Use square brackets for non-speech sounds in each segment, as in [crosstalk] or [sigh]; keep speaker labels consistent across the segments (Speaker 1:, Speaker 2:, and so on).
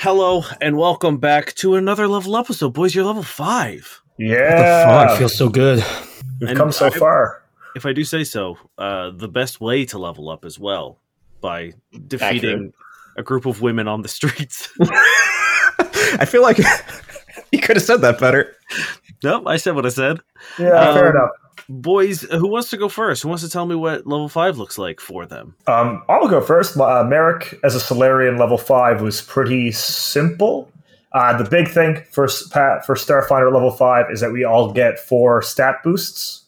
Speaker 1: Hello and welcome back to another level episode, boys. You're level five.
Speaker 2: Yeah.
Speaker 3: Fuck, feels so good.
Speaker 2: We've
Speaker 1: And
Speaker 2: come so
Speaker 1: I-
Speaker 2: far.
Speaker 1: If I do say so, uh, the best way to level up as well by defeating
Speaker 2: Accurate.
Speaker 1: a group of women on the streets. [laughs]
Speaker 4: I feel like [laughs] you could have said that better.
Speaker 1: nope, I said what I said.
Speaker 2: Yeah, fair
Speaker 1: Um,
Speaker 2: enough.
Speaker 1: Boys, who wants to go first? Who wants to tell me what level five looks like for them?
Speaker 2: Um, I'll go first. Uh, Merrick as a Solarian level five was pretty simple. Uh, the big thing for s- pa- for Starfinder level five is that we all get four stat boosts.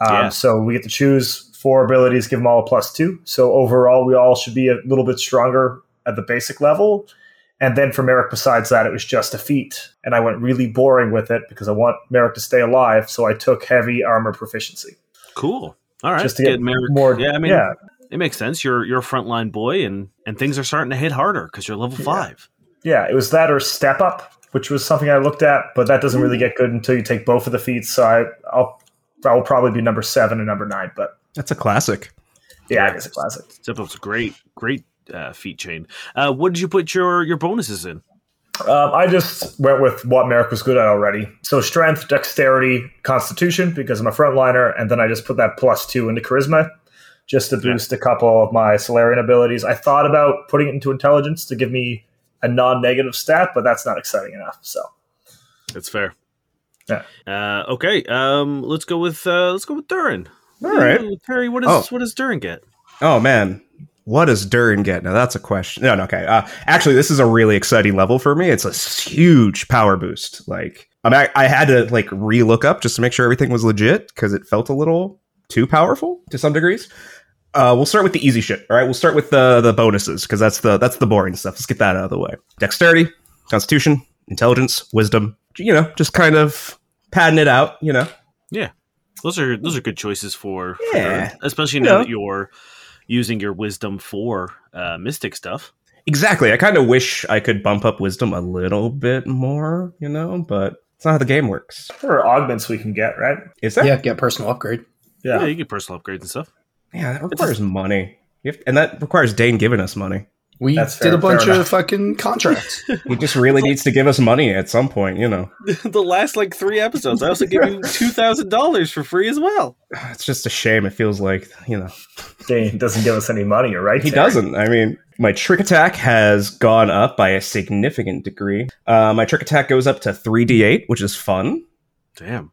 Speaker 2: Um,
Speaker 1: Yeah.
Speaker 2: So we get to choose four abilities, give them all a plus two. So overall, we all should be a little bit stronger at the basic level. And then for Merrick, besides that, it was just a feat. And I went really boring with it because I want Merrick to stay alive. So I took heavy armor proficiency.
Speaker 1: Cool. All right,
Speaker 2: Just to get
Speaker 1: Merrick-
Speaker 2: more-
Speaker 1: Yeah, I mean,
Speaker 2: yeah.
Speaker 1: it makes sense. You're you're a frontline boy, and and things are starting to hit harder because you're level five.
Speaker 2: Yeah, it was that or Step Up, which was something I looked at, but that doesn't really get good until you take both of the feats. So I, I'll I will probably be number seven and number nine, but
Speaker 4: That's a classic.
Speaker 2: yeah, I guess it's classic.
Speaker 1: Step up's a great, great uh, feat chain. Uh, what did you put your your bonuses in?
Speaker 2: Um, I just went with what Merrick was good at already. So strength, dexterity, constitution, because I'm a frontliner, and then I just put that plus two into charisma just to boost a couple of my Solarian abilities. I thought about putting it into intelligence to give me a non-negative stat, but that's not exciting enough. So
Speaker 1: That's fair.
Speaker 2: Yeah.
Speaker 1: Uh, okay. Um, let's go with uh, let's go with Durin.
Speaker 4: All right.
Speaker 1: Ooh, Perry. What does
Speaker 4: Oh.
Speaker 1: what does Durin get?
Speaker 4: Oh man, what does Durin get? Now that's a question. No, no, okay. Uh, actually, this is a really exciting level for me. It's a huge power boost. Like, I'm, I, I had to like re-look up just to make sure everything was legit because it felt a little too powerful to some degrees. Uh, we'll start with the easy shit. All right, we'll start with the the bonuses because that's the that's the boring stuff. Let's get that out of the way. Dexterity, Constitution, Intelligence, Wisdom. You know, just kind of padding it out. You know.
Speaker 1: Those are those are good choices for, for
Speaker 4: Yeah.
Speaker 1: Durin, especially now
Speaker 4: Yeah.
Speaker 1: that you're using your wisdom for uh, mystic stuff.
Speaker 4: Exactly. I kind of wish I could bump up wisdom a little bit more, you know, but it's not how the game works.
Speaker 2: there are augments we can get, right?
Speaker 4: Is that?
Speaker 3: Yeah, get personal upgrade.
Speaker 1: Yeah, you get personal upgrades and stuff.
Speaker 4: Yeah, that requires money. You have- and that requires Dane giving us money.
Speaker 3: We
Speaker 2: That's
Speaker 3: did
Speaker 2: fair,
Speaker 3: a bunch
Speaker 2: fair
Speaker 3: of
Speaker 2: enough.
Speaker 4: [laughs]
Speaker 3: fucking contracts.
Speaker 4: He just really needs to give us money at some point, you know.
Speaker 1: [laughs] the last like three episodes, I also give
Speaker 4: [laughs]
Speaker 1: you two thousand dollars for free as well.
Speaker 4: It's just a shame. It feels like, you know,
Speaker 2: Dane doesn't give us any money, right?
Speaker 4: he
Speaker 2: Terry?
Speaker 4: doesn't. I mean, my trick attack has gone up by a significant degree. Uh, my trick attack goes up to 3d8, which is fun.
Speaker 1: Damn.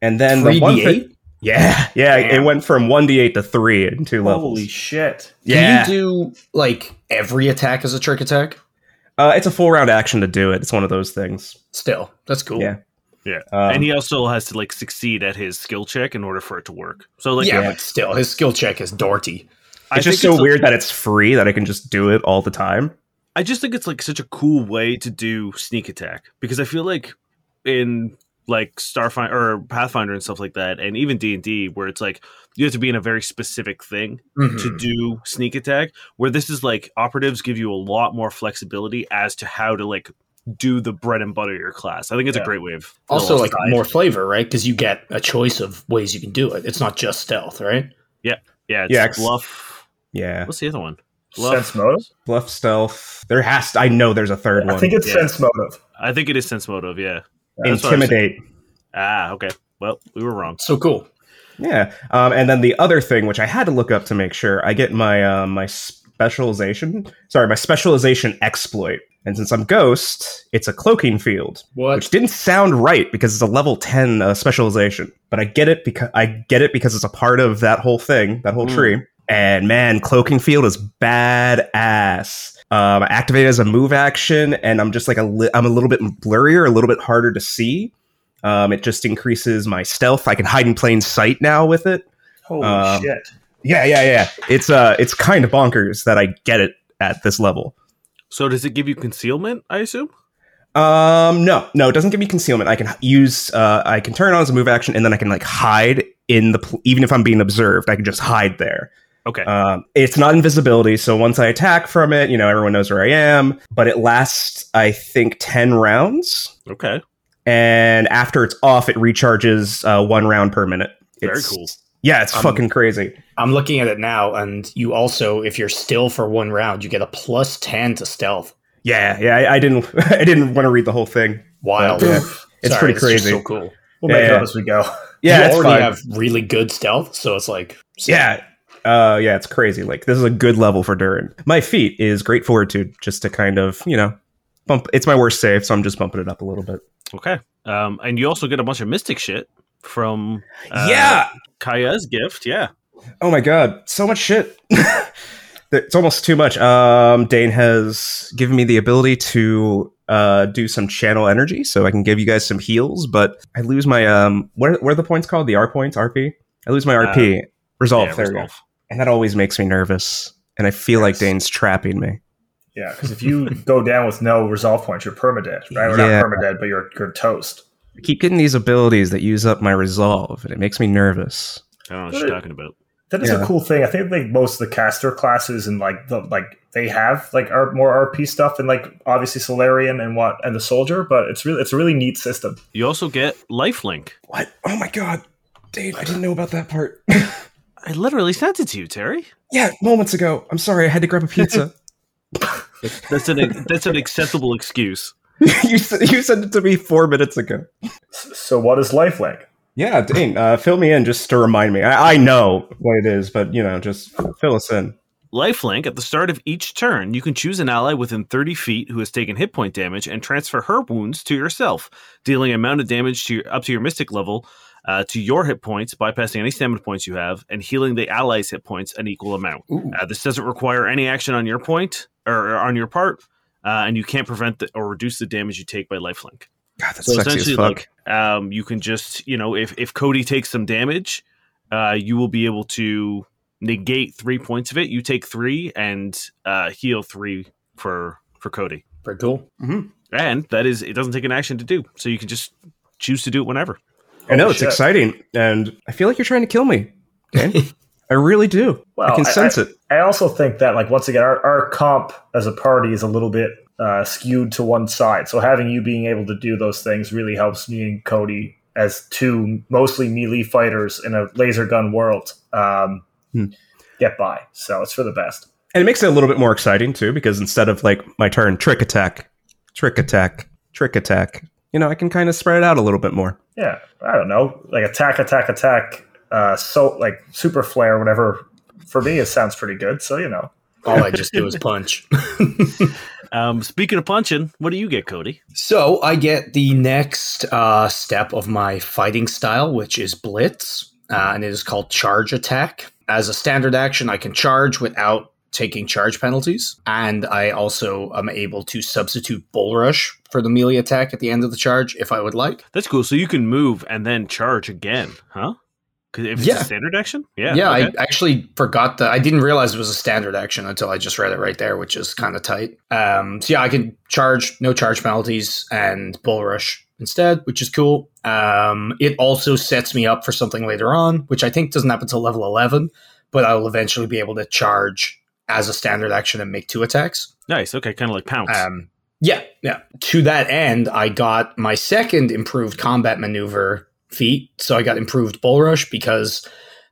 Speaker 4: And then the one thing-
Speaker 3: 3d8?
Speaker 4: yeah, yeah, it
Speaker 2: Damn.
Speaker 4: went from 1d8 to 3 in two levels.
Speaker 2: Holy shit.
Speaker 4: yeah.
Speaker 3: Do you do like every attack as a trick attack?
Speaker 4: Uh, it's a full round action to do it. It's one of those things.
Speaker 3: Still, that's cool.
Speaker 4: Yeah.
Speaker 1: Yeah.
Speaker 4: Um,
Speaker 1: and he also has to like succeed at his skill check in order for it to work. So like,
Speaker 3: yeah, but still, his skill check is Dorty.
Speaker 1: I
Speaker 4: it's just
Speaker 1: think
Speaker 4: so
Speaker 1: it's a-
Speaker 4: weird that it's free that I can just do it all the time.
Speaker 1: I just think it's like such a cool way to do sneak attack because I feel like in like Starfinder or Pathfinder and stuff like that, and even D and D, where it's like you have to be in a very specific thing
Speaker 4: Mm-hmm.
Speaker 1: to
Speaker 3: Hmm.
Speaker 1: do sneak attack. Where this is like operatives give you a lot more flexibility as to how to like do the bread and butter of your class. I think it's a
Speaker 2: Yeah.
Speaker 1: great way of
Speaker 3: Also, like
Speaker 1: Side.
Speaker 3: more flavor, right? Because you get a choice of ways you can do it. It's not just stealth, right?
Speaker 1: yeah, it's
Speaker 4: Yeah, it's-
Speaker 1: bluff.
Speaker 4: Yeah,
Speaker 1: What's the other one?
Speaker 2: Sense motive?
Speaker 4: bluff stealth. There has to, I know there's a third
Speaker 2: I
Speaker 4: one.
Speaker 2: think it's
Speaker 1: Yeah.
Speaker 2: sense motive.
Speaker 1: I think it is sense motive. Yeah. that's what I was
Speaker 4: Intimidate.
Speaker 1: Ah, okay. Well, we were wrong.
Speaker 3: So cool.
Speaker 4: Yeah, um, and then the other thing, which I had to look up to make sure, I get my uh, my specialization. Sorry, my specialization exploit. And since I'm ghost, it's a cloaking field, which
Speaker 3: What?
Speaker 4: didn't sound right because it's a level ten uh, specialization. But I get it because I get it because it's a part of that whole thing, that whole
Speaker 1: Mm.
Speaker 4: tree. And man, cloaking field is badass. Um, I activate it as a move action, and I'm just like a li- I'm a little bit blurrier, a little bit harder to see. Um, it just increases my stealth. I can hide in plain sight now with it.
Speaker 2: Holy
Speaker 4: Um,
Speaker 2: shit.
Speaker 4: Yeah, yeah, yeah. It's uh, it's kind of bonkers that I get it at this level.
Speaker 1: So does it give you concealment? I assume.
Speaker 4: Um, no, no, it doesn't give me concealment. I can h- use, uh, I can turn it on as a move action, and then I can like hide in the pl- even if I'm being observed, I can just hide there.
Speaker 1: Okay.
Speaker 3: Uh,
Speaker 4: Um, it's not invisibility, so once I attack from it, you know, everyone knows where I am. But it lasts, I think, ten rounds,
Speaker 1: okay.
Speaker 4: and after it's off, it recharges uh, one round per minute.
Speaker 1: Very
Speaker 4: It's-
Speaker 1: cool.
Speaker 4: Yeah, it's
Speaker 3: Um,
Speaker 4: fucking crazy.
Speaker 3: I'm looking at it now, and you also, if you're still for one round, you get a plus 10 to stealth.
Speaker 4: Yeah, yeah. I, I didn't. [laughs] I didn't want to read the whole thing.
Speaker 3: Wild.
Speaker 4: Yeah. It's
Speaker 3: Sorry,
Speaker 4: pretty
Speaker 3: just
Speaker 4: crazy.
Speaker 3: so cool.
Speaker 2: We'll make
Speaker 4: Yeah,
Speaker 2: it
Speaker 4: yeah.
Speaker 2: up as we go.
Speaker 4: Yeah,
Speaker 3: you
Speaker 4: it's
Speaker 3: already
Speaker 4: fine.
Speaker 3: have really good stealth, so it's like
Speaker 4: yeah. Uh, yeah, it's crazy. Like this is a good level for Durin. My feat is great fortitude, just to kind of you know bump. It's my worst save, so I'm just bumping it up a little bit.
Speaker 1: Okay. Um, and you also get a bunch of mystic shit from uh, Kaya's gift. Yeah.
Speaker 4: Oh my god, so much shit. [laughs] it's almost too much. Um, Dane has given me the ability to uh, do some channel energy, so I can give you guys some heals. But I lose my um, what are, what are the points called? The R points, RP. I lose my RP. resolve.
Speaker 1: Uh, yeah,
Speaker 4: there we go.
Speaker 1: resolve.
Speaker 4: And that always makes me nervous, and I feel like Dane's trapping me.
Speaker 2: [laughs] Yeah, because if [laughs] you go down with no resolve points, you're permadead, right? We're
Speaker 4: Yeah.
Speaker 2: not permadead, but you're you're toast.
Speaker 4: I keep getting these abilities that use up my resolve, and it makes me nervous.
Speaker 1: I don't know what you're talking about.
Speaker 2: That is
Speaker 4: Yeah.
Speaker 2: a cool thing. I think like most of the caster classes and like the like they have like are more RP stuff and like obviously Solarian and what and the soldier, but it's really it's a really neat system.
Speaker 1: You also get lifelink.
Speaker 4: What? Oh my god, Dane! I didn't know about that part. [laughs]
Speaker 1: I literally sent it to you, Terry.
Speaker 4: yeah, moments ago. I'm sorry. I had to grab a [laughs] pizza.
Speaker 1: That's an that's an acceptable excuse.
Speaker 4: you s- you sent it to me four minutes ago.
Speaker 2: S- So what is lifelink?
Speaker 4: Yeah, Dane, uh, fill me in just to remind me. I, I know what it is, but you know, just fill us in.
Speaker 1: Lifelink, at the start of each turn, you can choose an ally within 30 feet who has taken hit point damage and transfer her wounds to yourself, dealing amount of damage to your, up to your mystic level uh, to your hit points, bypassing any stamina points you have, and healing the ally's hit points an equal amount.
Speaker 3: Ooh.
Speaker 1: Uh, this doesn't require any action on your point or, or on your part, uh, and you can't prevent the, or reduce the damage you take by lifelink.
Speaker 4: God, that's
Speaker 1: So
Speaker 4: sexy as
Speaker 1: essentially,
Speaker 4: fuck.
Speaker 1: like, um, you can just you know, if if Cody takes some damage, uh, you will be able to negate three points of it. You take three and uh, heal three for for Cody,
Speaker 3: pretty cool.
Speaker 1: and that is it doesn't take an action to do, so you can just choose to do it whenever.
Speaker 4: I know
Speaker 2: Holy
Speaker 4: it's
Speaker 2: shit.
Speaker 4: exciting, and I feel like you're trying to kill me.
Speaker 2: [laughs]
Speaker 4: Dan. I really do.
Speaker 2: Well,
Speaker 4: I can
Speaker 2: I-
Speaker 4: sense it.
Speaker 2: I also think that like once again our, our comp as a party is a little bit uh, skewed to one side. So having you being able to do those things really helps me and Cody as two mostly melee fighters in a laser gun world um,
Speaker 4: Hmm.
Speaker 2: get by. So it's for the best.
Speaker 4: And it makes it a little bit more exciting too, because instead of like my turn, trick attack, trick attack, trick attack, you know, I can kind of spread it out a little bit more.
Speaker 2: Yeah, I don't know, like attack, attack, attack. Uh, so like super flare, whatever. For me, it sounds pretty good. So you know,
Speaker 3: All I just do is punch. [laughs]
Speaker 1: Um, speaking of punching, what do you get, Cody?
Speaker 3: So I get the next uh, step of my fighting style, which is blitz, uh, and it is called charge attack. As a standard action, I can charge without taking charge penalties, and I also am able to substitute bull rush for the melee attack at the end of the charge if I would like.
Speaker 1: That's cool. So you can move and then charge again, huh? 'Cause if it's
Speaker 3: Yeah.
Speaker 1: a standard action,
Speaker 3: Yeah,
Speaker 1: yeah, okay.
Speaker 3: I actually forgot that. I didn't realize it was a standard action until I just read it right there, which is kind of tight. Um, so yeah, I can charge no charge penalties and bull rush instead, which is cool. Um, it also sets me up for something later on, which I think doesn't happen until level eleven, but I will eventually be able to charge as a standard action and make two attacks.
Speaker 1: nice. Okay, kind of like pounce.
Speaker 3: Um, yeah, yeah. To that end, I got my second improved combat maneuver feat. So I got improved bull rush because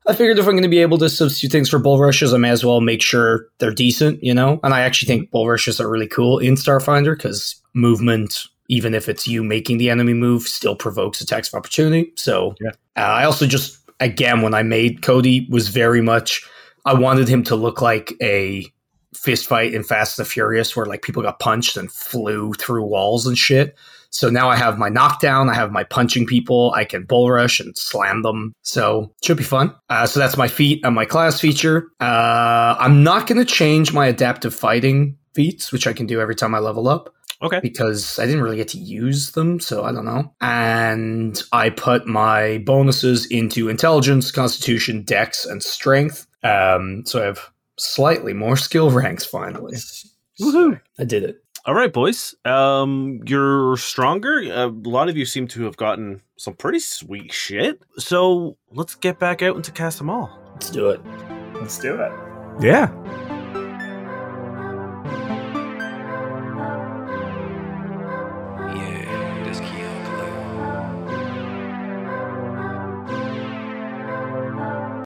Speaker 3: I figured if I'm going to be able to substitute things for bull rushes, I may as well make sure they're decent, you know? And I actually think bull rushes are really cool in Starfinder because movement, even if it's you making the enemy move, still provokes attacks of opportunity. So
Speaker 1: Yeah.
Speaker 3: uh, I also just, again, when I made Cody, was very much, I wanted him to look like a fist fight in Fast and the Furious where like people got punched and flew through walls and shit. So now I have my knockdown, I have my punching people, I can bull rush and slam them. So should be fun. Uh, so that's my feat and my class feature. Uh, I'm not going to change my adaptive fighting feats, which I can do every time I level up
Speaker 1: okay,
Speaker 3: because I didn't really get to use them, so I don't know. And I put my bonuses into intelligence, constitution, dex, and strength. Um, so I have slightly more skill ranks finally.
Speaker 1: woohoo!
Speaker 3: I did it.
Speaker 1: All right, boys. Um, you're stronger. Uh, A lot of you seem to have gotten some pretty sweet shit. So let's get back out into Cast 'em all.
Speaker 3: Let's do it.
Speaker 2: let's do it.
Speaker 4: Yeah.